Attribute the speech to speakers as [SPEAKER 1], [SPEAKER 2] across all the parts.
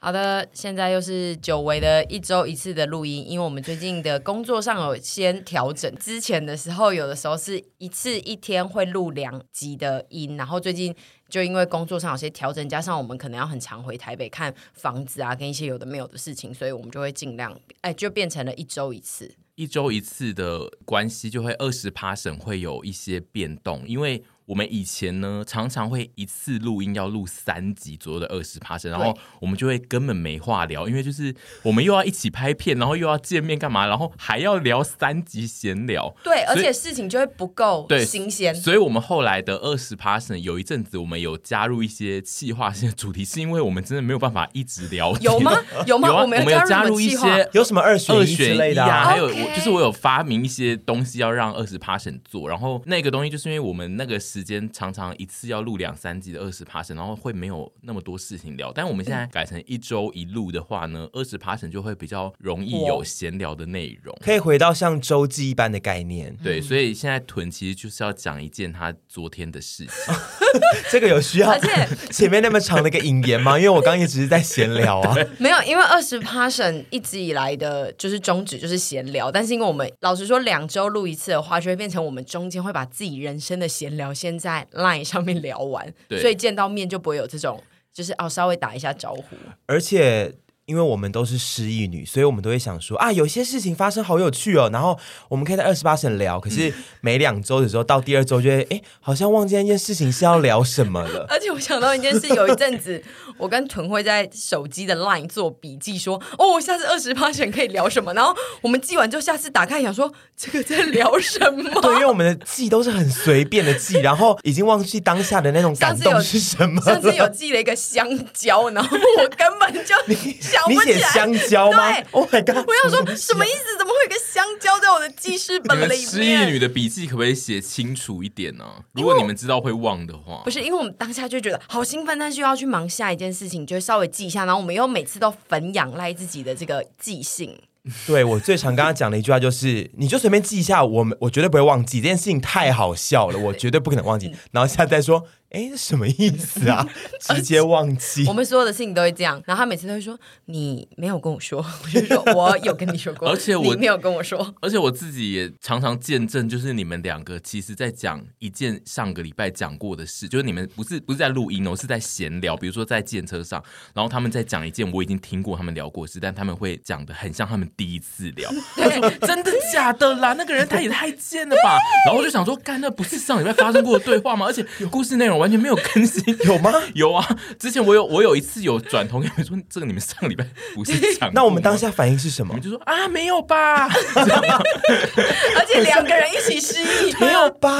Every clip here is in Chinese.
[SPEAKER 1] 好的，现在又是久违的一周一次的录音，因为我们最近的工作上有先调整。之前的时候，有的时候是一次一天会录两集的音，然后最近就因为工作上有些调整，加上我们可能要很常回台北看房子啊，跟一些有的没有的事情，所以我们就会尽量，哎，就变成了一周一次。
[SPEAKER 2] 一周一次的关系，就会二十 p a 会有一些变动，因为我们以前呢常常会一次录音要录三集左右的二十 p a 然后我们就会根本没话聊，因为就是我们又要一起拍片，然后又要见面干嘛，然后还要聊三集闲聊，
[SPEAKER 1] 对，而
[SPEAKER 2] 所以
[SPEAKER 1] 且事情就会不够
[SPEAKER 2] 对
[SPEAKER 1] 新鲜。
[SPEAKER 2] 所以我们后来的二十 p a 有一阵子我们有加入一些企划性的主题，是因为我们真的没有办法一直聊天，
[SPEAKER 1] 有吗？有吗？
[SPEAKER 2] 有啊
[SPEAKER 1] 我们
[SPEAKER 2] 我们有
[SPEAKER 1] 加
[SPEAKER 2] 加
[SPEAKER 1] 入
[SPEAKER 2] 入一
[SPEAKER 1] 计划
[SPEAKER 2] 些
[SPEAKER 3] 有什么二选
[SPEAKER 2] 二
[SPEAKER 3] 一之
[SPEAKER 2] 选
[SPEAKER 3] 类
[SPEAKER 2] 一
[SPEAKER 3] 的、
[SPEAKER 2] 啊，还有
[SPEAKER 1] OK
[SPEAKER 2] 我就是我有发明一些东西要让二十 p a 做，然后那个东西就是因为我们那个时间常常一次要录两三集的二十 p a 然后会没有那么多事情聊。但我们现在改成一周一录的话呢，二十 p a 就会比较容易有闲聊的内容。
[SPEAKER 3] 可以回到像周记一般的概
[SPEAKER 1] 嗯
[SPEAKER 3] 念，
[SPEAKER 2] 对，所以现在屯其实就是要讲一件他昨天的事情，
[SPEAKER 3] 这个有需要
[SPEAKER 1] 而且
[SPEAKER 3] 前面那么长的一个引言吗？因为我刚刚也只是在闲 聊啊。
[SPEAKER 1] 没有，因为二十 passion 一直以来的就是宗旨就是闲聊，但是因为我们老实说两周录一次的话，就会变成我们中间会把自己人生的闲聊先在 LINE 上面聊完，
[SPEAKER 2] 对
[SPEAKER 1] 所以见到面就不会有这种就是哦稍微打一下招呼。
[SPEAKER 3] 而且因为我们都是失忆女，所以我们都会想说啊，有些事情发生好有趣哦，然后我们可以在二十八省聊。可
[SPEAKER 1] 嗯
[SPEAKER 3] 是每两周的时候，到第二周就会哎，好像忘记那件事情是要聊什么了。
[SPEAKER 1] 而且我想到一件事，有一阵子我跟屯会在手机的 LINE 做笔记说，哦，我下次二十 passion 可以聊什么，然后我们记完之后，下次打开想说这个在聊什么。
[SPEAKER 3] 对，因为我们的记都是很随便的记，然后已经忘记当下的那种
[SPEAKER 1] 上
[SPEAKER 3] 感
[SPEAKER 1] 次有
[SPEAKER 3] 动是什 么
[SPEAKER 1] 上次有
[SPEAKER 3] 了。
[SPEAKER 1] 寄了一个香蕉，然后我根本就想
[SPEAKER 3] 你
[SPEAKER 1] 不起
[SPEAKER 3] 写
[SPEAKER 1] 来。
[SPEAKER 3] 香蕉 吗
[SPEAKER 1] 对
[SPEAKER 3] ？Oh my god！
[SPEAKER 1] 我想说什么意思？怎么会有一个香蕉在我的记事
[SPEAKER 2] 啊你
[SPEAKER 1] 本
[SPEAKER 2] 们
[SPEAKER 1] 里
[SPEAKER 2] 失忆
[SPEAKER 1] 面？
[SPEAKER 2] 女的笔记可不可以写清楚一点呢、如果你们知道会忘的话
[SPEAKER 1] 不，是，因为我们当下就觉得好兴奋，但是又要去忙下一件事情，就会稍微记一下。然后我们又每次都很仰赖自己的这个记 性，
[SPEAKER 3] 对我最常跟他讲的一句话就是，你就随便记一下，我们我绝对不会忘记这件事情，太好笑了，我绝对不可能忘记。
[SPEAKER 1] 嗯
[SPEAKER 3] 然后下次再说，哎，这什么意思 啊？直接忘记
[SPEAKER 1] 我。们所有的事情都会这样。然后他每次都会说：“你没有跟我说。”我就说：“我有跟你说过，
[SPEAKER 2] 而且我
[SPEAKER 1] 你没有跟我说。
[SPEAKER 2] 而且我自己也常常见证，就是你们两个其实在讲一件上个礼拜讲过的事，就是你们不是不是在录音哦，是在闲聊，比如说在电车上，然后他们在讲一件我已经听过他们聊过的事，但他们会讲的很像他们第一次聊，”
[SPEAKER 1] 对，
[SPEAKER 2] 真的假的啦？那个人他也太贱了吧！然后我就想说，干，那不是上礼拜发生过的对话吗？而且故事内容完全没有更新。
[SPEAKER 3] 有吗？
[SPEAKER 2] 有啊，之前我有我有一次有转头跟你们说，这个你们上礼拜不是讲过吗，
[SPEAKER 3] 那我们当下反应是什
[SPEAKER 2] 你
[SPEAKER 3] 么
[SPEAKER 2] 们？就说啊没有吧，
[SPEAKER 1] 而且两个人一起失 忆，
[SPEAKER 3] 没有吧？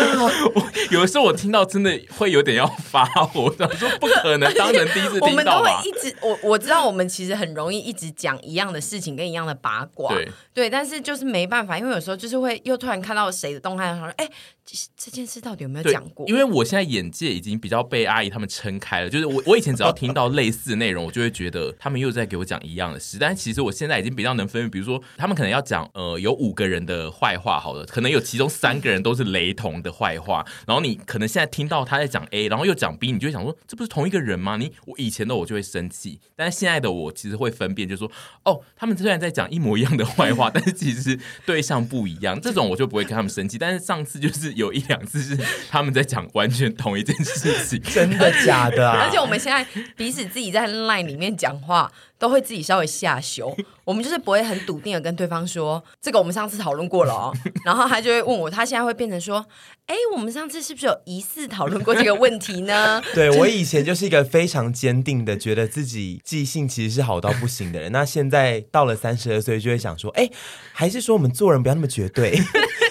[SPEAKER 2] 我 有的时候我听到真的会有点要发火， 我想说不可能，当人第一次
[SPEAKER 1] 我
[SPEAKER 2] 听
[SPEAKER 1] 们都
[SPEAKER 2] 到
[SPEAKER 1] 会
[SPEAKER 2] 吧
[SPEAKER 1] 一。直，我我知道我们其实很容易一直讲一样的事情跟一样的八卦，
[SPEAKER 2] 对
[SPEAKER 1] 但是就是没办法，因为有时候就是会又突然看到谁的动态，然后说，哎、这这件事到底有没有
[SPEAKER 2] 对
[SPEAKER 1] 讲过？
[SPEAKER 2] 因为我现在眼界已经比较被阿姨他们撑开了。就是我，我以前只要听到类似的内容，我就会觉得他们又在给我讲一样的事。但其实我现在已经比较能分辨，比如说他们可能要讲呃有五个人的坏话，好了，可能有其中三个人都是雷同的坏话。然后你可能现在听到他在讲 A，然后又讲 B，你就会想说这不是同一个人吗？你我以前的我就会生气，但是现在的我其实会分辨，就是说哦，他们虽然在讲一模一样的坏话， 但是其实对象不一样。这种我就不会跟他们生气。但是上次就是有一两次是他们在讲完全同一件事情，
[SPEAKER 3] 真的假的啊
[SPEAKER 1] 而？且我们现在彼此自己在 LINE 里面讲话，都会自己稍微下修。我们就是不会很笃定的跟对方说，这个我们上次讨论过了哦。然后他就会问我，他现在会变成说，哎，我们上次是不是有疑似讨论过这个问题呢？
[SPEAKER 3] 对我以前就是一个非常坚定的，觉得自己记性其实是好到不行的人。那现在到了三十二岁，就会想说，哎，还是说我们做人不要那么绝对，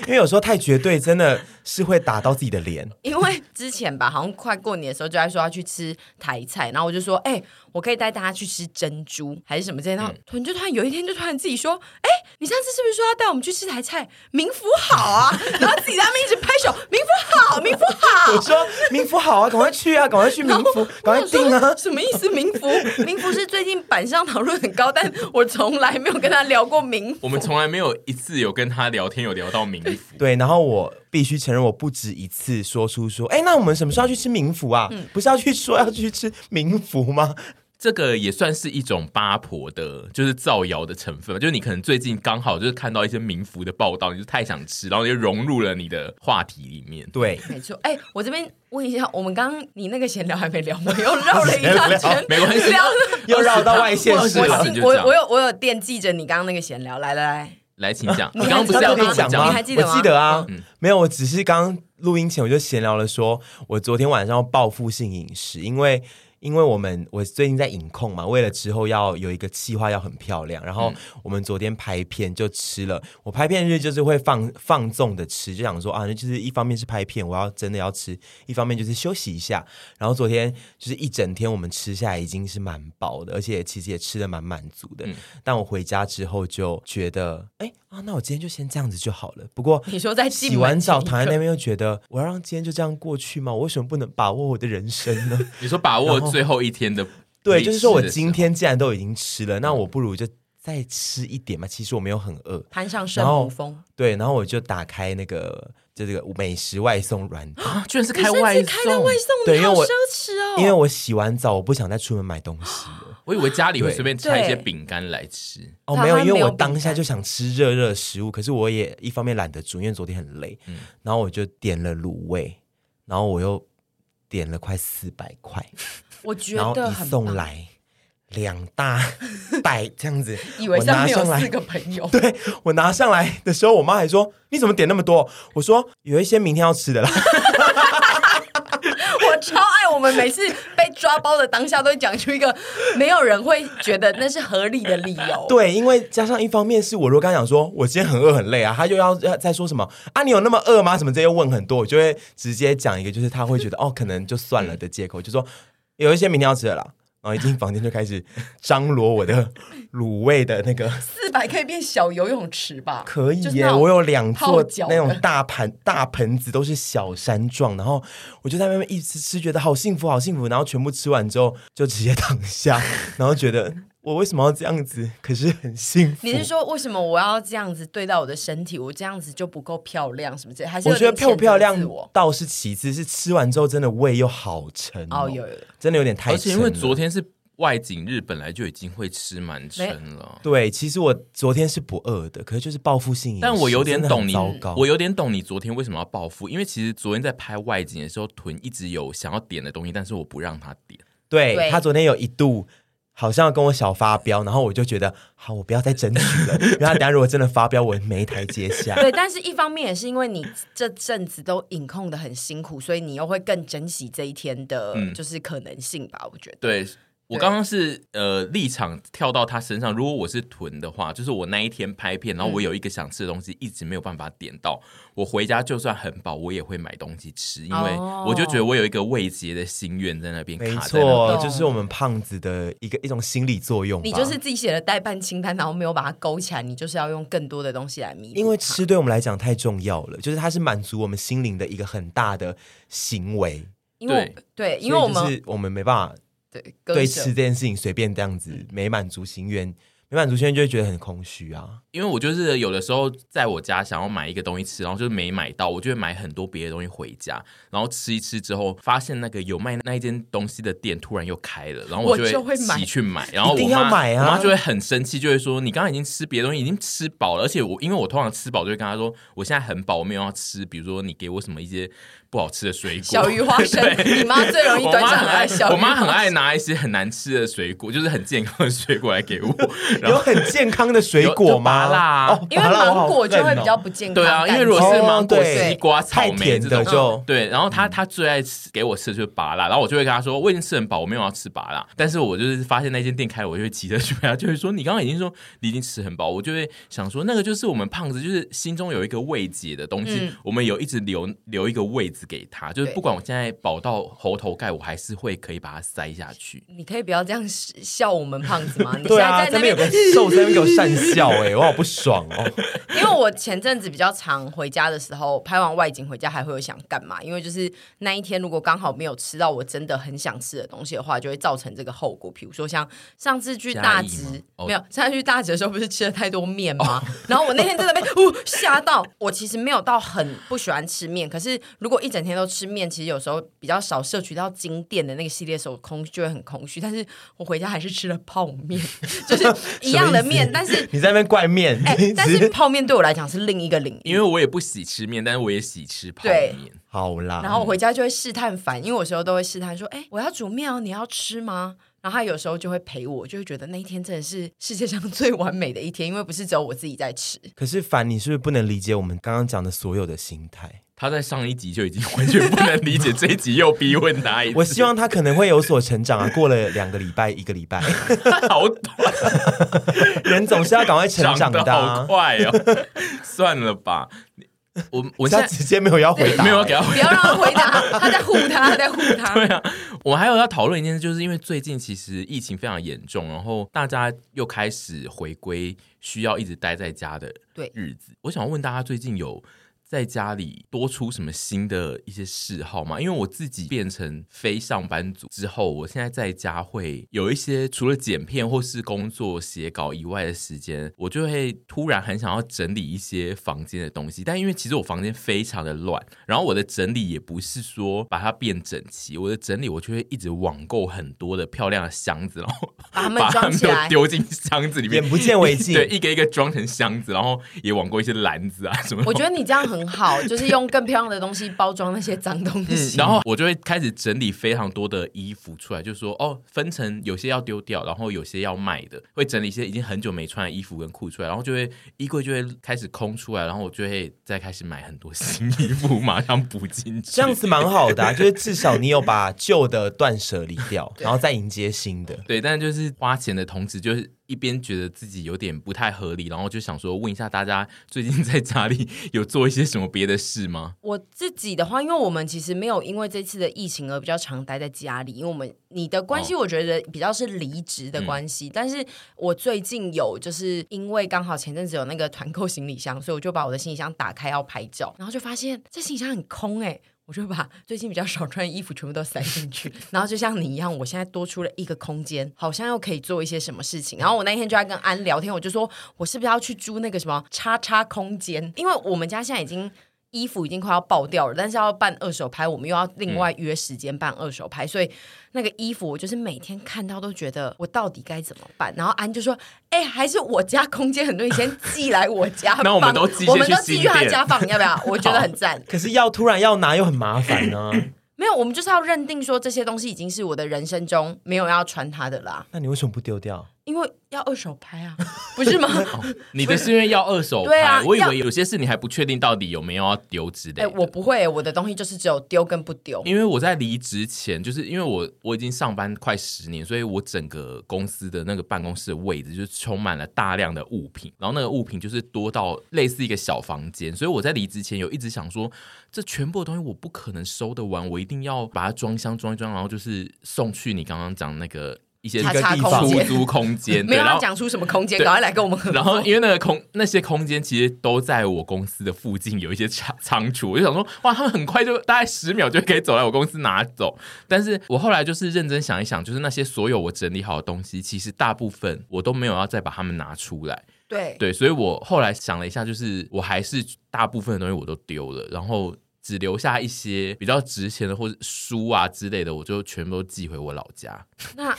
[SPEAKER 3] 因为有时候太绝对真的是会打到自己的脸。
[SPEAKER 1] 因为之前吧，好像快过年的时候就在说要去吃台菜，然后我就说，哎、我可以带大家去吃珍珠还是什么之类的。
[SPEAKER 3] 嗯
[SPEAKER 1] 然后突然就突然有一天就突然自己说，哎、你上次是不是说要带我们去吃台菜？民福好啊， 然后自己在那边一直拍手，民福好，民福
[SPEAKER 3] 我
[SPEAKER 1] 好。
[SPEAKER 3] 说民福好啊，赶快去啊，赶快去民福， 赶快订啊
[SPEAKER 1] 我想说！什么意思？民福，民福是最近板上讨论很高，但我从来没有跟他聊过民
[SPEAKER 2] 我们从来没有一次有跟他聊天有聊到民福。
[SPEAKER 3] 对，然后我必须承认，我不止一次
[SPEAKER 1] 嗯
[SPEAKER 3] 说出说，哎，那我们什么时候要去吃民福啊？不是要去说要去吃民福吗？
[SPEAKER 2] 这个也算是一种八婆的，就是造谣的成分吧。就是你可能最近刚好就是看到一些民服的报道，你就太想吃，然后你就融入了你的话题里面。
[SPEAKER 3] 对，
[SPEAKER 1] 没错，哎、我这边问一下，我们刚刚你那个闲聊还没聊， 我又绕了一大
[SPEAKER 3] 闲
[SPEAKER 1] 圈
[SPEAKER 3] 聊，
[SPEAKER 2] 没关系
[SPEAKER 1] 聊了
[SPEAKER 3] 又绕到外线
[SPEAKER 2] 我
[SPEAKER 3] 市
[SPEAKER 2] 是
[SPEAKER 3] 了
[SPEAKER 2] 啦。
[SPEAKER 1] 我
[SPEAKER 2] 你
[SPEAKER 1] 信
[SPEAKER 2] 就
[SPEAKER 1] 我
[SPEAKER 2] 这样
[SPEAKER 1] 我有我有惦记着你刚刚那个闲聊，来来来，
[SPEAKER 2] 来，请
[SPEAKER 3] 啊
[SPEAKER 2] 讲。
[SPEAKER 1] 你
[SPEAKER 2] 你刚刚不是
[SPEAKER 1] 还
[SPEAKER 2] 要
[SPEAKER 1] 记得
[SPEAKER 2] 跟
[SPEAKER 1] 吗
[SPEAKER 2] 我
[SPEAKER 3] 讲
[SPEAKER 2] 讲
[SPEAKER 3] 吗？
[SPEAKER 1] 你还记得吗
[SPEAKER 3] 我记得啊，
[SPEAKER 2] 嗯
[SPEAKER 3] 没有，我只是刚录音前我就闲聊了说，我昨天晚上要报复性饮食，因为。因为我们我最近在影控嘛，为了之后要有一个计划要很漂亮，然后我们昨天拍片就吃了。我拍片日就是会放放纵的吃，就想说啊，那就是一方面是拍片，我要真的要吃；一方面就是休息一下。然后昨天就是一整天我们吃下来已经是蛮饱的，而且其实也吃的蛮满足的。但我回家之后就觉得，哎啊，那我今天就先这样子就好了。不过
[SPEAKER 1] 你说在进
[SPEAKER 3] 洗完
[SPEAKER 1] 门
[SPEAKER 3] 澡
[SPEAKER 1] 前一
[SPEAKER 3] 躺在那
[SPEAKER 1] 刻
[SPEAKER 3] 边又觉得，我要让今天就这样过去吗？我为什么不能把握我的人生呢？
[SPEAKER 2] 你说把握最后一天的，
[SPEAKER 3] 对，就是说我今天既然都已经吃了，那我不如就再吃一点嘛。其实我没有很饿，
[SPEAKER 1] 攀上圣
[SPEAKER 3] 然后
[SPEAKER 1] 母峰，
[SPEAKER 3] 对，然后我就打开那个就这个美食外送软体，
[SPEAKER 2] 啊，居然是
[SPEAKER 1] 你
[SPEAKER 2] 开
[SPEAKER 1] 甚
[SPEAKER 2] 外
[SPEAKER 1] 至开到
[SPEAKER 2] 送
[SPEAKER 1] 外，送，
[SPEAKER 3] 对
[SPEAKER 1] 你好
[SPEAKER 3] 因为我
[SPEAKER 1] 奢侈哦，
[SPEAKER 3] 因为我洗完澡，我不想再出门买东西了。
[SPEAKER 2] 我以为家里会
[SPEAKER 3] 对
[SPEAKER 2] 随便拆一些
[SPEAKER 1] 对
[SPEAKER 2] 饼干来吃。
[SPEAKER 3] 哦，
[SPEAKER 1] 台
[SPEAKER 3] 没有，
[SPEAKER 1] 湾
[SPEAKER 3] 因为
[SPEAKER 1] 没有
[SPEAKER 3] 我
[SPEAKER 1] 饼
[SPEAKER 3] 当下
[SPEAKER 1] 干
[SPEAKER 3] 就想吃热热的食物，可是我也一方面懒得煮，因为昨天很累，然后我就点了卤味，然后我又点了快四百块，
[SPEAKER 1] 我觉
[SPEAKER 3] 然后
[SPEAKER 1] 得
[SPEAKER 3] 一
[SPEAKER 1] 很
[SPEAKER 3] 送
[SPEAKER 1] 棒，
[SPEAKER 3] 来两大 袋这样子，
[SPEAKER 1] 以为
[SPEAKER 3] 我
[SPEAKER 1] 上
[SPEAKER 3] 拿
[SPEAKER 1] 面
[SPEAKER 3] 上
[SPEAKER 1] 有四
[SPEAKER 3] 来，
[SPEAKER 1] 个朋 友，
[SPEAKER 3] 对 我拿上来的时候，我妈还说你怎么点那么多？我说有一些明天要吃的啦，
[SPEAKER 1] 我超爱我们每次被抓包的当下都会讲出一个没有人会觉得那是合理的理由。
[SPEAKER 3] 对，因为加上一方面是我如果刚讲说我今天很饿很累啊，她又要要再说什么啊你有那么饿吗？什么这些问很多，我就会直接讲一个就是她会觉得哦可能就算了的借口，就说有一些明天要吃的啦。然后一进房间就开始张罗我的卤味的那个
[SPEAKER 1] 四百可以变小游泳池吧？
[SPEAKER 3] 可以
[SPEAKER 1] 就是
[SPEAKER 3] 耶！
[SPEAKER 1] 那种
[SPEAKER 3] 我有两座
[SPEAKER 1] 泡脚
[SPEAKER 3] 那种
[SPEAKER 1] 的
[SPEAKER 3] 大盘 大盆子都是小山状，然后我就在外面一直吃，觉得好幸福，好幸福。然后全部吃完之后就直接躺下， 然后觉得我为什么要这样子？可是很幸福
[SPEAKER 1] 你。是说为什么我要这样子对待我的身体？我这样子就不够漂亮什么之类？还是
[SPEAKER 3] 我觉得
[SPEAKER 1] 有点
[SPEAKER 3] 漂不漂亮
[SPEAKER 1] 谴责自我？
[SPEAKER 3] 倒是其次，是吃完之后真的胃又好沉
[SPEAKER 1] 哦，有有有，
[SPEAKER 3] 真的有点太
[SPEAKER 2] 而且
[SPEAKER 3] 沉了。
[SPEAKER 2] 因为昨天是外景日，本来就已经会吃蛮撑了。
[SPEAKER 3] 对，其实我昨天是不饿的，可是就是报复性饮食，
[SPEAKER 2] 但我有点
[SPEAKER 3] 真的很
[SPEAKER 2] 懂你
[SPEAKER 3] 糟糕，，
[SPEAKER 2] 我有点懂你昨天为什么要报复，因为其实昨天在拍外景的时候，屯一直有想要点的东西，但是我不让他点。
[SPEAKER 3] 对
[SPEAKER 1] 对
[SPEAKER 3] 他昨天有一度好像要跟我小发飙，然后我就觉得好，我不要再争取 了，因为他等下如果真的发飙，我没台阶下。
[SPEAKER 1] 对，但是一方面也是因为你这阵子都隐控的很辛苦，所以你又会更珍惜这一天的，
[SPEAKER 3] 嗯
[SPEAKER 1] 就是可能性吧。我觉得，
[SPEAKER 2] 对我刚刚是呃立场跳到他身上，如果我是囤的话，就是我那一天拍
[SPEAKER 3] 嗯
[SPEAKER 2] 片，然后我有一个想吃的东西一直没有办法点到，我回家就算很饱，我也会买东西吃，因为
[SPEAKER 1] 哦
[SPEAKER 2] 我就觉得我有一个慰藉的心愿在那边
[SPEAKER 3] 没
[SPEAKER 2] 卡在那边。
[SPEAKER 3] 错，
[SPEAKER 1] 懂
[SPEAKER 3] 就是我们胖子的一个一种心理作用吧。
[SPEAKER 1] 你就是自己写的代办清单，然后没有把它勾起来，你就是要用更多的东西来弥补它。
[SPEAKER 3] 因为吃对我们来讲太重要了，就是它是满足我们心灵的一个很大的行为，
[SPEAKER 1] 因为我对，因为我们
[SPEAKER 3] 所以就是我们没办法
[SPEAKER 1] 对
[SPEAKER 3] 对
[SPEAKER 1] 割
[SPEAKER 3] 吃
[SPEAKER 1] 舍
[SPEAKER 3] 这件事情随便这样子没满足心愿，没满足心愿就会觉得很空虚啊。
[SPEAKER 2] 因为我就是有的时候在我家想要买一个东西吃，然后就是没买到，我就会买很多别的东西回家，然后吃一吃之后，发现那个有卖那一间东西的店突然又开了，然后
[SPEAKER 1] 我
[SPEAKER 2] 就
[SPEAKER 1] 就会买
[SPEAKER 2] 急去买，然后
[SPEAKER 3] 一
[SPEAKER 2] 我
[SPEAKER 3] 定
[SPEAKER 2] 妈
[SPEAKER 3] 要买啊
[SPEAKER 2] 我妈就会很生气，就会说你刚刚已经吃别的东西，已经吃饱了，而且我因为我通常吃饱就会跟她说我现在很饱，我没有要吃，比如说你给我什么一些不好吃的水果，
[SPEAKER 1] 小鱼花生，你妈最容易
[SPEAKER 2] 我
[SPEAKER 1] 端
[SPEAKER 2] 妈
[SPEAKER 1] 上
[SPEAKER 2] 很
[SPEAKER 1] 来
[SPEAKER 2] 爱
[SPEAKER 1] 小，鱼
[SPEAKER 2] 我妈很
[SPEAKER 1] 花
[SPEAKER 2] 爱
[SPEAKER 1] 生。
[SPEAKER 2] 拿一些很难吃的水果，就是很健康的水果来给我，然
[SPEAKER 3] 有
[SPEAKER 2] 后。
[SPEAKER 3] 很健康的水果 吗？
[SPEAKER 2] 有就芭乐啊
[SPEAKER 3] 哦
[SPEAKER 1] 因为
[SPEAKER 3] 芭乐我
[SPEAKER 1] 芒
[SPEAKER 3] 好
[SPEAKER 1] 果就会
[SPEAKER 3] 恨哦
[SPEAKER 1] 比较不健康，
[SPEAKER 2] 对啊，因
[SPEAKER 1] 但
[SPEAKER 2] 为如果
[SPEAKER 1] 是
[SPEAKER 2] 是
[SPEAKER 3] 哦
[SPEAKER 2] 芒果、
[SPEAKER 3] 对
[SPEAKER 2] 西瓜、草
[SPEAKER 3] 太
[SPEAKER 2] 莓
[SPEAKER 3] 甜
[SPEAKER 2] 这
[SPEAKER 3] 的
[SPEAKER 2] 种，
[SPEAKER 3] 就嗯
[SPEAKER 2] 对，然后他他最爱吃给我吃的就是拔辣，然后我就会跟他说我已经吃很饱，我没有要吃拔辣，但是我就是发现那间店开了，我就会骑车去买，他就会说你刚刚已经说你已经吃很饱，我就会想说那个就是我们胖子就是心中有一个慰藉的东西，
[SPEAKER 1] 嗯
[SPEAKER 2] 我们有一直留留一个位置给他，就是
[SPEAKER 1] 对
[SPEAKER 2] 不管我现在饱到喉头盖，我还是会可以把它塞下
[SPEAKER 3] 嗯
[SPEAKER 2] 去。
[SPEAKER 1] 你可以不要这样笑我们胖子吗？你现
[SPEAKER 3] 对啊，
[SPEAKER 1] 在在
[SPEAKER 3] 这
[SPEAKER 1] 那
[SPEAKER 3] 边有
[SPEAKER 1] 边，
[SPEAKER 3] 个瘦在那边给我讪 笑、哎，我好不爽哦。
[SPEAKER 1] 因为我前阵子比较常回家的时候，拍完外景回家还会有想干嘛，因为就是那一天如果刚好没有吃到我真的很想吃的东西的话，就会造成这个后果。比如说像上次去大直
[SPEAKER 2] 嘉义吗哦
[SPEAKER 1] 没有，上次去大直的时候不是吃了太多面吗？然后我那天真的被呜吓到，我其实没有到很不喜欢吃面，可是如果一整天都吃面，其实有时候比较少摄取到经典的那个系列的时候，空就会很空虚。但是我回家还是吃了泡面， 就是一样的面，但是
[SPEAKER 3] 你在那边怪面，
[SPEAKER 1] 哎、
[SPEAKER 3] 你
[SPEAKER 1] 但
[SPEAKER 3] 只
[SPEAKER 1] 是泡面对我来讲是另一个领域。
[SPEAKER 2] 因为我也不喜吃面，但是我也喜吃泡
[SPEAKER 1] 对
[SPEAKER 2] 面。
[SPEAKER 3] 好啦，
[SPEAKER 1] 然后我回家就会试探烦，因为我有时候都会试探说，哎、我要煮面哦，你要吃吗？然后他有时候就会陪我，就会觉得那一天真的是世界上最完美的一天，因为不是只有我自己在吃。
[SPEAKER 3] 可是凡，你是不是不能理解我们刚刚讲的所有的心态？
[SPEAKER 2] 他在上一集就已经完全不能 理解，这一集又逼问他一次，
[SPEAKER 3] 我希望他可能会有所成长啊！过了两个礼拜、一个礼拜，
[SPEAKER 2] 好短，
[SPEAKER 3] 人总是要赶快成长
[SPEAKER 2] 长得
[SPEAKER 3] 的、
[SPEAKER 2] 好
[SPEAKER 3] 啊。
[SPEAKER 2] 快哦，算了吧，我我现
[SPEAKER 3] 他
[SPEAKER 2] 在
[SPEAKER 3] 直接没有要回答，欸
[SPEAKER 2] 没有要给他
[SPEAKER 1] 不要让他回答，他在护他，他在护 他。
[SPEAKER 2] 对啊，我还有要讨论一件事，就是因为最近其实疫情非常严重，然后大家又开始回归需要一直待在家的
[SPEAKER 1] 对
[SPEAKER 2] 日子。我想问大家，最近有在家里多出什么新的一些嗜好吗？因为我自己变成非上班族之后，我现在在家会有一些除了剪片或是工作写稿以外的时间，我就会突然很想要整理一些房间的东西。但因为其实我房间非常的乱，然后我的整理也不是说把它变整齐，我的整理我就会一直网购很多的漂亮的箱子，然后
[SPEAKER 1] 把他们
[SPEAKER 2] 把它
[SPEAKER 1] 装
[SPEAKER 2] 们
[SPEAKER 1] 起
[SPEAKER 2] 都
[SPEAKER 1] 来。
[SPEAKER 2] 丢进箱子里面
[SPEAKER 3] 眼。不见为 净。
[SPEAKER 2] 对，一个一个装成箱子，然后也网购一些篮子啊什么的。
[SPEAKER 3] 嗯
[SPEAKER 1] 我觉得你这样很好，就是用更漂亮的东西包装那些脏东
[SPEAKER 3] 嗯
[SPEAKER 1] 西。
[SPEAKER 2] 然后我就会开始整理非常多的衣服出来，就说哦，分成有些要丢掉，然后有些要卖的，会整理一些已经很久没穿的衣服跟裤出来，然后就会衣柜就会开始空出来，然后我就会再开始买很多新衣服，马上补进去。
[SPEAKER 3] 这样子蛮好的、啊，就是至少你有把旧的断舍离掉，然后再迎接新的。
[SPEAKER 2] 对，但就是花钱的同时，就是一边觉得自己有点不太合理，然后就想说问一下大家，最近在家里有做一些什么别的事吗？
[SPEAKER 1] 我自己的话，因为我们其实没有因为这次的疫情而比较常待在家里，因为我们你的关系，我觉得比较是离职的关系。但是我最近有就是因为刚好前阵子有那个团购行李箱，所以我就把我的行李箱打开要拍照，然后就发现这行李箱很空哎、我就把 最近比较少穿的衣服全部都塞进去，然后就像你一样，我现在多出了一个空间，好像又可以做一些什么事情。然后我那天就在跟安聊天，我就说我是不是要去租那个什么叉叉空间？因为我们家现在已经。衣服已经快要爆掉了，但是要办二手拍，我们又要
[SPEAKER 2] 嗯
[SPEAKER 1] 另外约时间办二手拍，所以那个衣服我就是每天看到都觉得我到底该怎么办。然后安就说：“哎、还是我家空间很多，你先寄来我家放，
[SPEAKER 2] 那我们都寄
[SPEAKER 1] 我
[SPEAKER 2] 先
[SPEAKER 1] 们
[SPEAKER 2] 去
[SPEAKER 1] 都寄
[SPEAKER 2] 新
[SPEAKER 1] 去他
[SPEAKER 2] 店
[SPEAKER 1] 家放，要不要？我觉得很赞。”
[SPEAKER 3] 可是要突然要拿又很麻烦啊 呢、
[SPEAKER 1] 没有，我们就是要认定说这些东西已经是我的人生中没有要穿它的啦，
[SPEAKER 3] 那你为什么不丢掉？
[SPEAKER 1] 因为要二手拍 啊，不是吗？
[SPEAKER 2] 你的是因为要二手
[SPEAKER 1] 对
[SPEAKER 2] 拍，
[SPEAKER 1] 啊
[SPEAKER 2] 我以
[SPEAKER 1] 要
[SPEAKER 2] 为有些事你还不确定到底有没有要丢之类
[SPEAKER 1] 哎、
[SPEAKER 2] 的。
[SPEAKER 1] 我不会、我的东西就是只有丢跟不丢。
[SPEAKER 2] 因为我在离职前，就是因为我我已经上班快十年，所以我整个公司的那个办公室的位置就是充满了大量的物品，然后那个物品就是多到类似一个小房间，所以我在离职前有一直想说，这全部的东西我不可能收得完，我一定要把它装箱装一装，然后就是送去你刚刚讲那个一些
[SPEAKER 1] 叉叉
[SPEAKER 3] 一个地方
[SPEAKER 1] 空
[SPEAKER 2] 出
[SPEAKER 1] 间，
[SPEAKER 2] 租 空间，
[SPEAKER 1] 没
[SPEAKER 2] 对，
[SPEAKER 1] 有
[SPEAKER 2] 然
[SPEAKER 1] 要
[SPEAKER 2] 后。
[SPEAKER 1] 讲出什么空间，
[SPEAKER 2] 对
[SPEAKER 1] 赶快来跟我们合 作。
[SPEAKER 2] 然后，因为那个空那些空间其实都在我公司的附近有一些仓 仓储，我就想说，哇，他们很快就大概十秒就可以走来我公司拿走。但是我后来就是认真想一想，就是那些所有我整理好的东西，其实大部分我都没有要再把它们拿出来。
[SPEAKER 1] 对，
[SPEAKER 2] 对，所以我后来想了一下，就是我还是大部分的东西我都丢了，然后。只留下一些比较值钱的，或者书啊之类的，我就全部都寄回我老家。
[SPEAKER 1] 那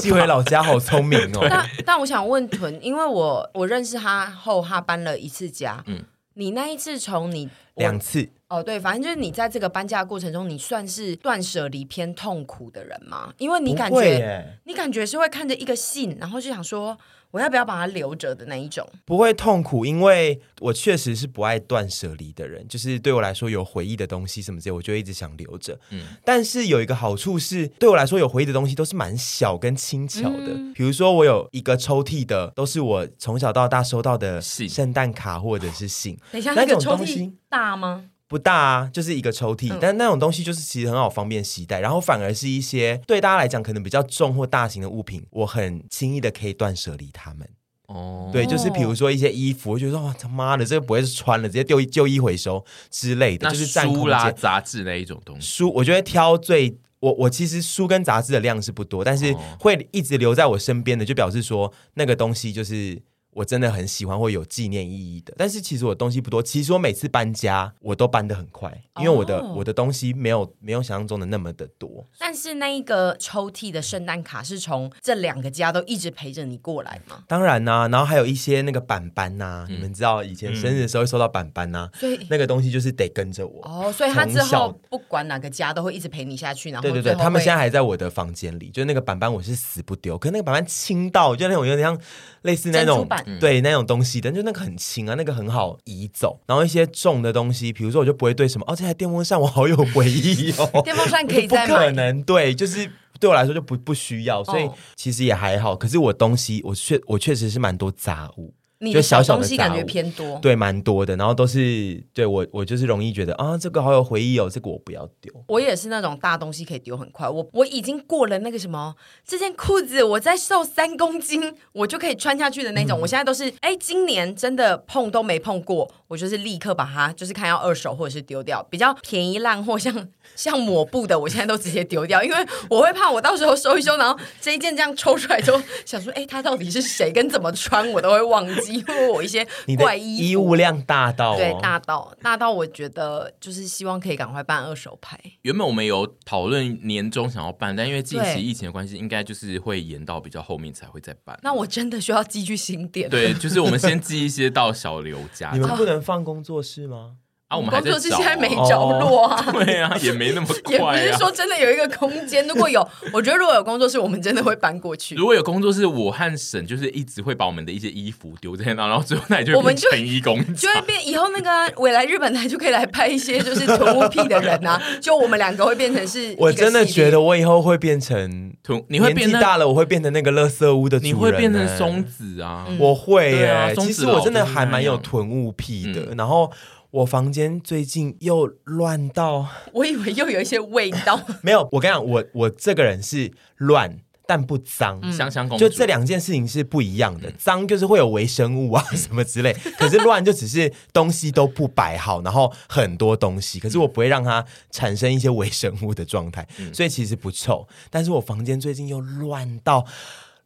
[SPEAKER 3] 寄回老家好聪明 哦！
[SPEAKER 1] 但但我想问屯，因为我我认识他后，他搬了一次家。嗯
[SPEAKER 2] 嗯，
[SPEAKER 1] 你那一次从你
[SPEAKER 3] 两次，
[SPEAKER 1] 哦，对，反正就是你在这个搬家的过程中，你算是断舍离偏痛苦的人吗？因为你感
[SPEAKER 3] 不会
[SPEAKER 1] 觉
[SPEAKER 3] 耶，
[SPEAKER 1] 你感觉是会看着一个信，然后就想说我要不要把它留着的那一种。
[SPEAKER 3] 不会痛苦，因为我确实是不爱断舍离的人，就是对我来说有回忆的东西什么之类，我就一直想留着。嗯
[SPEAKER 2] 嗯，
[SPEAKER 3] 但是有一个好处是，对我来说有回忆的东西都是蛮小跟轻巧的，
[SPEAKER 2] 嗯
[SPEAKER 3] 比如说我有一个抽屉的都是我从小到大收到的
[SPEAKER 2] 信
[SPEAKER 3] 圣诞卡或者是信，
[SPEAKER 1] 等一下，
[SPEAKER 3] 那
[SPEAKER 1] 那个
[SPEAKER 3] 种
[SPEAKER 1] 抽
[SPEAKER 3] 东西
[SPEAKER 1] 屉大吗？
[SPEAKER 3] 不大啊，就是一个抽
[SPEAKER 2] 嗯
[SPEAKER 3] 屉，但那种东西就是其实很好方便携带，然后反而是一些对大家来讲可能比较重或大型的物品，我很轻易的可以断舍离它们。
[SPEAKER 2] 哦，
[SPEAKER 3] 对，就是比如说一些衣服，我就觉得哇他妈的，这个不会是穿了，直接丢一旧衣回收之类的，
[SPEAKER 2] 那
[SPEAKER 3] 就是占空
[SPEAKER 2] 书啦、
[SPEAKER 3] 间。
[SPEAKER 2] 杂志那一种东西。
[SPEAKER 3] 书，我就会挑最我我其实书跟杂志的量是不多，但是
[SPEAKER 2] 哦
[SPEAKER 3] 会一直留在我身边的，就表示说那个东西就是。我真的很喜欢或有纪念意义的。但是其实我东西不多，其实我每次搬家我都搬得很快，因为我的、
[SPEAKER 1] 哦
[SPEAKER 3] 我的东西没有没有想象中的那么的多。
[SPEAKER 1] 但是那一个抽屉的圣诞卡是从这两个家都一直陪着你过来嘛，
[SPEAKER 3] 当然呐、然后还有一些那个板板呐、
[SPEAKER 2] 嗯
[SPEAKER 3] 你们知道以前生日的时候会收到板板呐、
[SPEAKER 1] 所以
[SPEAKER 3] 那个东西就是得跟着我。
[SPEAKER 1] 哦，所以他之
[SPEAKER 3] 从小
[SPEAKER 1] 后不管哪个家都会一直陪你下去，然后
[SPEAKER 3] 对对
[SPEAKER 1] 最
[SPEAKER 3] 对，
[SPEAKER 1] 后
[SPEAKER 3] 他们
[SPEAKER 1] 会
[SPEAKER 3] 现在还在我的房间里，就是那个板板，我是死不丢。可是那个板板轻到，就那种有点像类似那
[SPEAKER 1] 珍珠
[SPEAKER 3] 种
[SPEAKER 1] 板
[SPEAKER 3] 对那种东西的，就那个很轻啊，那个很好移走。然后一些重的东西，比如说我就不会对什么哦，这台电风扇 我好有回忆哦，
[SPEAKER 1] 电风扇可以
[SPEAKER 3] 不
[SPEAKER 1] 再
[SPEAKER 3] 可
[SPEAKER 1] 买。
[SPEAKER 3] 能对，就是对我来说就不不需要，所以
[SPEAKER 1] 哦
[SPEAKER 3] 其实也还好。可是我东西，我确我确实是蛮多杂物。
[SPEAKER 1] 你
[SPEAKER 3] 就
[SPEAKER 1] 的
[SPEAKER 3] 小小的
[SPEAKER 1] 东西
[SPEAKER 3] 杂
[SPEAKER 1] 感觉
[SPEAKER 3] 物
[SPEAKER 1] 偏多，
[SPEAKER 3] 对，蛮多的，然后都是对我，我就是容易觉得啊，这个好有回忆哦，这个我不要丢。
[SPEAKER 1] 我也是那种大东西可以丢很快，我我已经过了那个什么，这件裤子我再瘦三公斤，我就可以穿下去的那
[SPEAKER 3] 嗯
[SPEAKER 1] 种。我现在都是，哎，今年真的碰都没碰过，我就是立刻把它，就是看要二手或者是丢掉。比较便宜烂货，像 像抹布的，我现在都直接丢掉，因为我会怕我到时候收一收，然后这一件这样抽出来之后，想说，哎，它到底是谁跟怎么穿，我都会忘记，因为我一些
[SPEAKER 3] 你
[SPEAKER 1] 怪
[SPEAKER 3] 的
[SPEAKER 1] 衣
[SPEAKER 3] 衣
[SPEAKER 1] 服
[SPEAKER 3] 物量大到、哦、
[SPEAKER 1] 对大到大到，我觉得就是希望可以赶快办二手牌。
[SPEAKER 2] 原本我们有讨论年终想要办，但因为近期
[SPEAKER 1] 对
[SPEAKER 2] 疫情的关系，应该就是会延到比较后面才会再办。
[SPEAKER 1] 那我真的需要寄去新店。
[SPEAKER 2] 对，就是我们先寄一些到小刘家，
[SPEAKER 3] 你们不能放工作室吗？
[SPEAKER 2] 啊，我们还
[SPEAKER 1] 工
[SPEAKER 2] 在
[SPEAKER 1] 作室
[SPEAKER 2] 找、
[SPEAKER 1] 现在没
[SPEAKER 2] 啊。
[SPEAKER 1] 着落啊。
[SPEAKER 2] 对啊，也没那么
[SPEAKER 1] 也不
[SPEAKER 2] 快
[SPEAKER 1] 是
[SPEAKER 2] 啊。
[SPEAKER 1] 说真的有一个空间，如果有，我觉得如果有工作室，我们真的会搬过去
[SPEAKER 2] 如。果有工作室，我和沈就是一直会把我们的一些衣服丢在那，然后最后那里就
[SPEAKER 1] 我们
[SPEAKER 2] 变
[SPEAKER 1] 就
[SPEAKER 2] 成衣工厂
[SPEAKER 1] 就会变以后那个啊未来日本台就可以来拍一些就是囤物癖的人啊，就我们两个会变成是一个系列，
[SPEAKER 3] 我真的觉得我以后会变成，
[SPEAKER 2] 囤你会变
[SPEAKER 3] 年纪
[SPEAKER 2] 成
[SPEAKER 3] 大了，我会变成那个乐色屋的主人、欸
[SPEAKER 2] 你会变成松，子啊，
[SPEAKER 1] 嗯
[SPEAKER 3] 我会耶、
[SPEAKER 2] 对啊松子
[SPEAKER 3] 其实我真的
[SPEAKER 2] 老就是那
[SPEAKER 3] 还蛮有
[SPEAKER 2] 样嗯
[SPEAKER 3] 囤物癖的，然后。我房间最近又乱到，
[SPEAKER 1] 我以为又有一些味道，
[SPEAKER 3] 没有，我跟你讲，我我这个人是乱但不脏，
[SPEAKER 2] 香香公主
[SPEAKER 3] 就这两件事情是不一样的，
[SPEAKER 1] 嗯
[SPEAKER 3] 脏就是会有微生物啊 什么之类，可是乱就只是东西都不摆好，然后很多东西，
[SPEAKER 1] 嗯
[SPEAKER 3] 可是我不会让它产生一些微生物的状态，
[SPEAKER 1] 嗯
[SPEAKER 3] 所以其实不臭。但是我房间最近又乱到。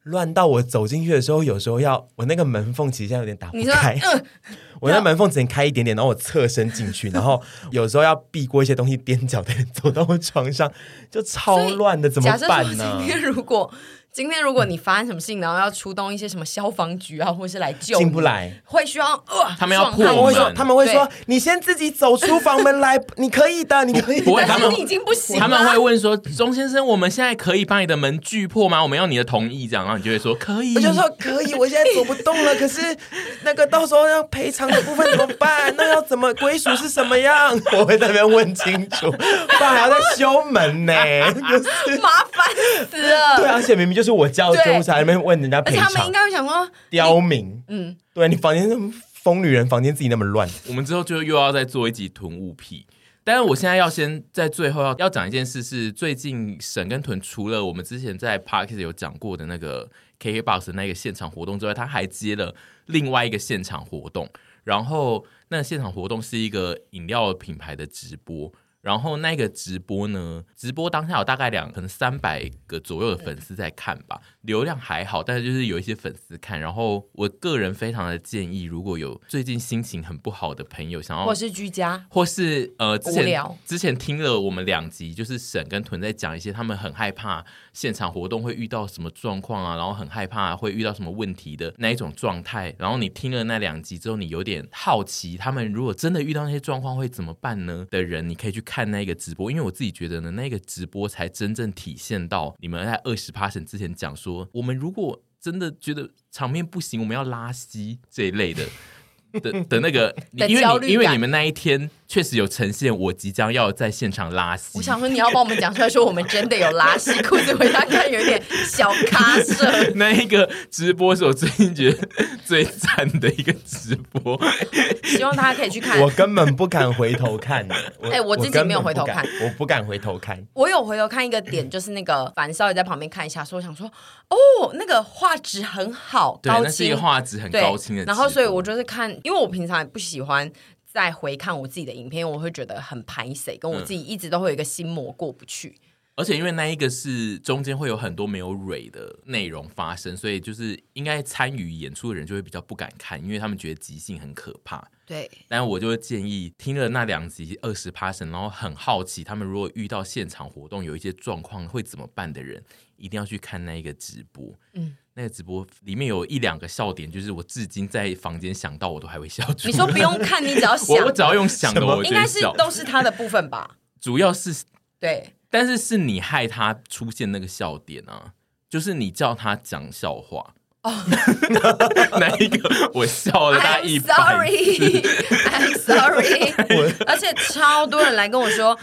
[SPEAKER 3] 乱到我走进去的时候，有时候要我那个门缝其实现在有点打不
[SPEAKER 1] 你说
[SPEAKER 3] 开，
[SPEAKER 1] 嗯，
[SPEAKER 3] 我那门缝只能开一点点，然后我侧身 进去，然后有时候要避过一些东西，踮脚的走到我床上，就超乱的，怎么
[SPEAKER 1] 假设说
[SPEAKER 3] 办呢
[SPEAKER 1] 今？天如果今天如果你发生什么事情，然后要出动一些什么消防局啊，或是来救你，
[SPEAKER 3] 进不来
[SPEAKER 1] 会需要呃，
[SPEAKER 2] 他们要
[SPEAKER 1] 撞
[SPEAKER 2] 破
[SPEAKER 1] 他们
[SPEAKER 3] 他们会
[SPEAKER 2] 门
[SPEAKER 3] 说，他们会说，你先自己走出房门来， 你可以的，你可以的。
[SPEAKER 2] 不会
[SPEAKER 1] 但
[SPEAKER 2] 他
[SPEAKER 1] 是
[SPEAKER 2] 们
[SPEAKER 1] 你已经不行了，
[SPEAKER 2] 他们会问说：“钟先生，我们现在可以把你的门锯破吗？我们要你的同意。”这样，然后你就会说：“可以。”
[SPEAKER 3] 我就说可以，我现在走不动了。可是那个到时候要赔偿的部分怎么办？那要怎么归属是什么样？ 我会在那边问清楚，不然还要再修门呢、就 是
[SPEAKER 1] 麻烦死了。
[SPEAKER 3] 对啊，而且明明就是我叫救护车，还在那边问人家
[SPEAKER 1] 而
[SPEAKER 3] 赔
[SPEAKER 1] 且他们
[SPEAKER 3] 偿
[SPEAKER 1] 应，该会想说，
[SPEAKER 3] 刁民。嗯，对你房间那么疯女人，房间自己那么乱，
[SPEAKER 2] 我们之后就又要再做一集囤物癖。但是我现在要先在最后要要讲一件事是，最近沈跟屯除了我们之前在 Parkes 有讲过的那个 KKBox 的那个现场活动之外，他还接了另外一个现场活动。然后那现场活动是一个饮料品牌的直播，然后那个直播呢，直播当下有大概两可能三百个左右的粉丝在看吧，流量还好，但是就是有一些粉丝看。然后我个人非常的建议，如果有最近心情很不好的朋友想要
[SPEAKER 1] 我是居家，
[SPEAKER 2] 或是呃，之
[SPEAKER 1] 无
[SPEAKER 2] 前
[SPEAKER 1] 聊
[SPEAKER 2] 之前听了我们两集，就是沈跟屯在讲一些他们很害怕现场活动会遇到什么状况啊，然后很害怕会遇到什么问题的那一种状态。然后你听了那两集之后，你有点好奇，他们如果真的遇到那些状况会怎么办呢？的人，你可以去看那个直播，因为我自己觉得呢，那个直播才真正体现到你们在二十 passion 之前讲说，我们如果真的觉得场面不行，我们要拉稀这一类的。的的那 个，
[SPEAKER 1] 的
[SPEAKER 2] 因为
[SPEAKER 1] 焦虑
[SPEAKER 2] 你因为
[SPEAKER 1] 感
[SPEAKER 2] 你们那一天确实有呈现我即将要在现场拉稀，
[SPEAKER 1] 我想说你要帮我们讲出来，说我们真的有拉屎，裤子回家看有一点小卡色。
[SPEAKER 2] 那一个直播是我最近觉得最赞的一个直 播，
[SPEAKER 1] 希望大家可以去看。
[SPEAKER 3] 我
[SPEAKER 1] 我
[SPEAKER 3] 根本不敢回头看。
[SPEAKER 1] 哎我自己没有回头看
[SPEAKER 3] 根本不敢我不敢回头看。
[SPEAKER 1] 有回头看一个点，就是那个樊少也在旁边看一下，说我想说，哦，那个画质很好，
[SPEAKER 2] 对，
[SPEAKER 1] 高
[SPEAKER 2] 那是一
[SPEAKER 1] 清
[SPEAKER 2] 个，画质很
[SPEAKER 1] 对
[SPEAKER 2] 高清的直播，
[SPEAKER 1] 然后所以我就是看，因为我平常也不喜欢。
[SPEAKER 2] 嗯
[SPEAKER 1] 再回看我自己的影片，我会觉得很排谁，跟我自己一直都会有一个心魔过不去。
[SPEAKER 2] 而且因为那一个是中间会有很多没有蕊的内容发生，所以就是应该参与演出的人就会比较不敢看，因为他们觉得即兴很可怕。
[SPEAKER 1] 对，
[SPEAKER 2] 但我就会建议听了那两集二十 p a 然后很好奇他们如果遇到现场活动有一些状况会怎么办的人，一定要去看那一个直播。嗯
[SPEAKER 1] 嗯，
[SPEAKER 2] 那个直播里面有一两个笑点，就是我至今在房间想到我都还会笑出来。
[SPEAKER 1] 你说不用看，你只要想
[SPEAKER 2] 我，我只要用想的，我
[SPEAKER 1] 应
[SPEAKER 2] 就
[SPEAKER 1] 该
[SPEAKER 2] 会
[SPEAKER 1] 是
[SPEAKER 2] 笑。
[SPEAKER 1] 都是他的部分吧？
[SPEAKER 2] 主要是，
[SPEAKER 1] 对，
[SPEAKER 2] 但是是你害他出现那个笑点啊，就是你叫他讲笑话。 哪一个？我笑了大概
[SPEAKER 1] 哦 I'm
[SPEAKER 2] 一百
[SPEAKER 1] sorry, I'm
[SPEAKER 2] 次。
[SPEAKER 1] sorry，而且超多人来跟我说。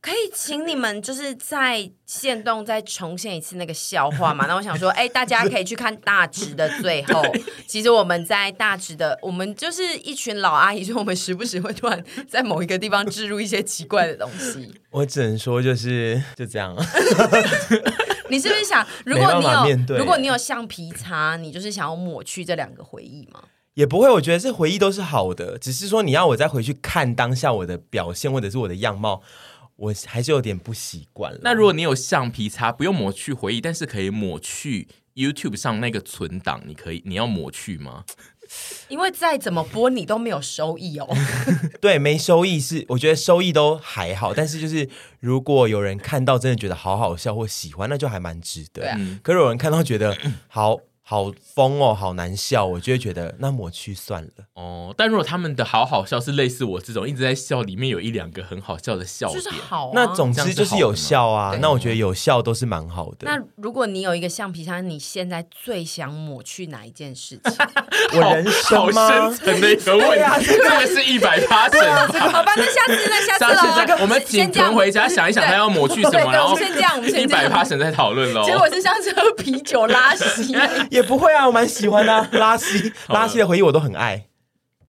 [SPEAKER 1] 可以请你们就是在线动再重现一次那个笑话嘛？那我想说，哎、大家可以去看大直的最后。其实我们在大直的，我们就是一群老阿姨，所以我们时不时会突然在某一个地方置入一些奇怪的东西。
[SPEAKER 3] 我只能说就是就这样，
[SPEAKER 1] 你是不是想，如果
[SPEAKER 3] 没办
[SPEAKER 1] 你
[SPEAKER 3] 法面
[SPEAKER 1] 有
[SPEAKER 3] 对
[SPEAKER 1] 如果你有橡皮擦，你就是想要抹去这两个回忆吗？
[SPEAKER 3] 也不会。我觉得这回忆都是好的，只是说你要我再回去看当下我的表现或者是我的样貌，我还是有点不习惯了。
[SPEAKER 2] 那如果你有橡皮擦，不用抹去回忆，但是可以抹去 YouTube 上那个存档，你可以，你要抹去吗？
[SPEAKER 1] 因为再怎么播你都没有收益 哦。
[SPEAKER 3] 对，没收益是，我觉得收益都还好，但是就是如果有人看到真的觉得好好笑或喜欢，那就还蛮值得。
[SPEAKER 1] 对啊
[SPEAKER 3] 可是有人看到觉得 好好疯哦，好难笑，我就会觉得那抹去算了。
[SPEAKER 2] 哦，但如果他们的好好笑是类似我这种一直在笑，里面有一两个很好笑的笑
[SPEAKER 1] 就是
[SPEAKER 2] 点，哦
[SPEAKER 1] 好、啊。
[SPEAKER 3] 那总
[SPEAKER 2] 这样
[SPEAKER 3] 之
[SPEAKER 2] 是
[SPEAKER 3] 就是有笑
[SPEAKER 1] 好
[SPEAKER 3] 啊
[SPEAKER 1] 的，吗
[SPEAKER 3] 那我觉得有笑都是蛮好的。
[SPEAKER 1] 那如果你有一个橡皮擦，你现在最想抹去哪一件事 情？
[SPEAKER 3] 我人
[SPEAKER 2] 好
[SPEAKER 3] 生
[SPEAKER 2] 深
[SPEAKER 3] 吗？
[SPEAKER 2] 层的一个问
[SPEAKER 3] 对啊
[SPEAKER 2] 题，这个是一百八十。
[SPEAKER 1] 啊好吧，那下次，那下
[SPEAKER 2] 下
[SPEAKER 1] 次喽。
[SPEAKER 2] 次再，我们
[SPEAKER 1] 先
[SPEAKER 2] 请
[SPEAKER 1] 这样
[SPEAKER 2] 屯回家想一想，他要抹去什
[SPEAKER 1] 对
[SPEAKER 2] 么，
[SPEAKER 1] 对
[SPEAKER 2] 然
[SPEAKER 1] 我
[SPEAKER 2] 后
[SPEAKER 1] 们先这样我们
[SPEAKER 2] 一
[SPEAKER 1] 先这样
[SPEAKER 2] 百八十再讨论喽。
[SPEAKER 1] 结果是像是喝啤酒拉稀。
[SPEAKER 2] 哎
[SPEAKER 3] 也不会啊，我蛮喜欢的、啊。拉稀，拉稀的回忆我都很爱。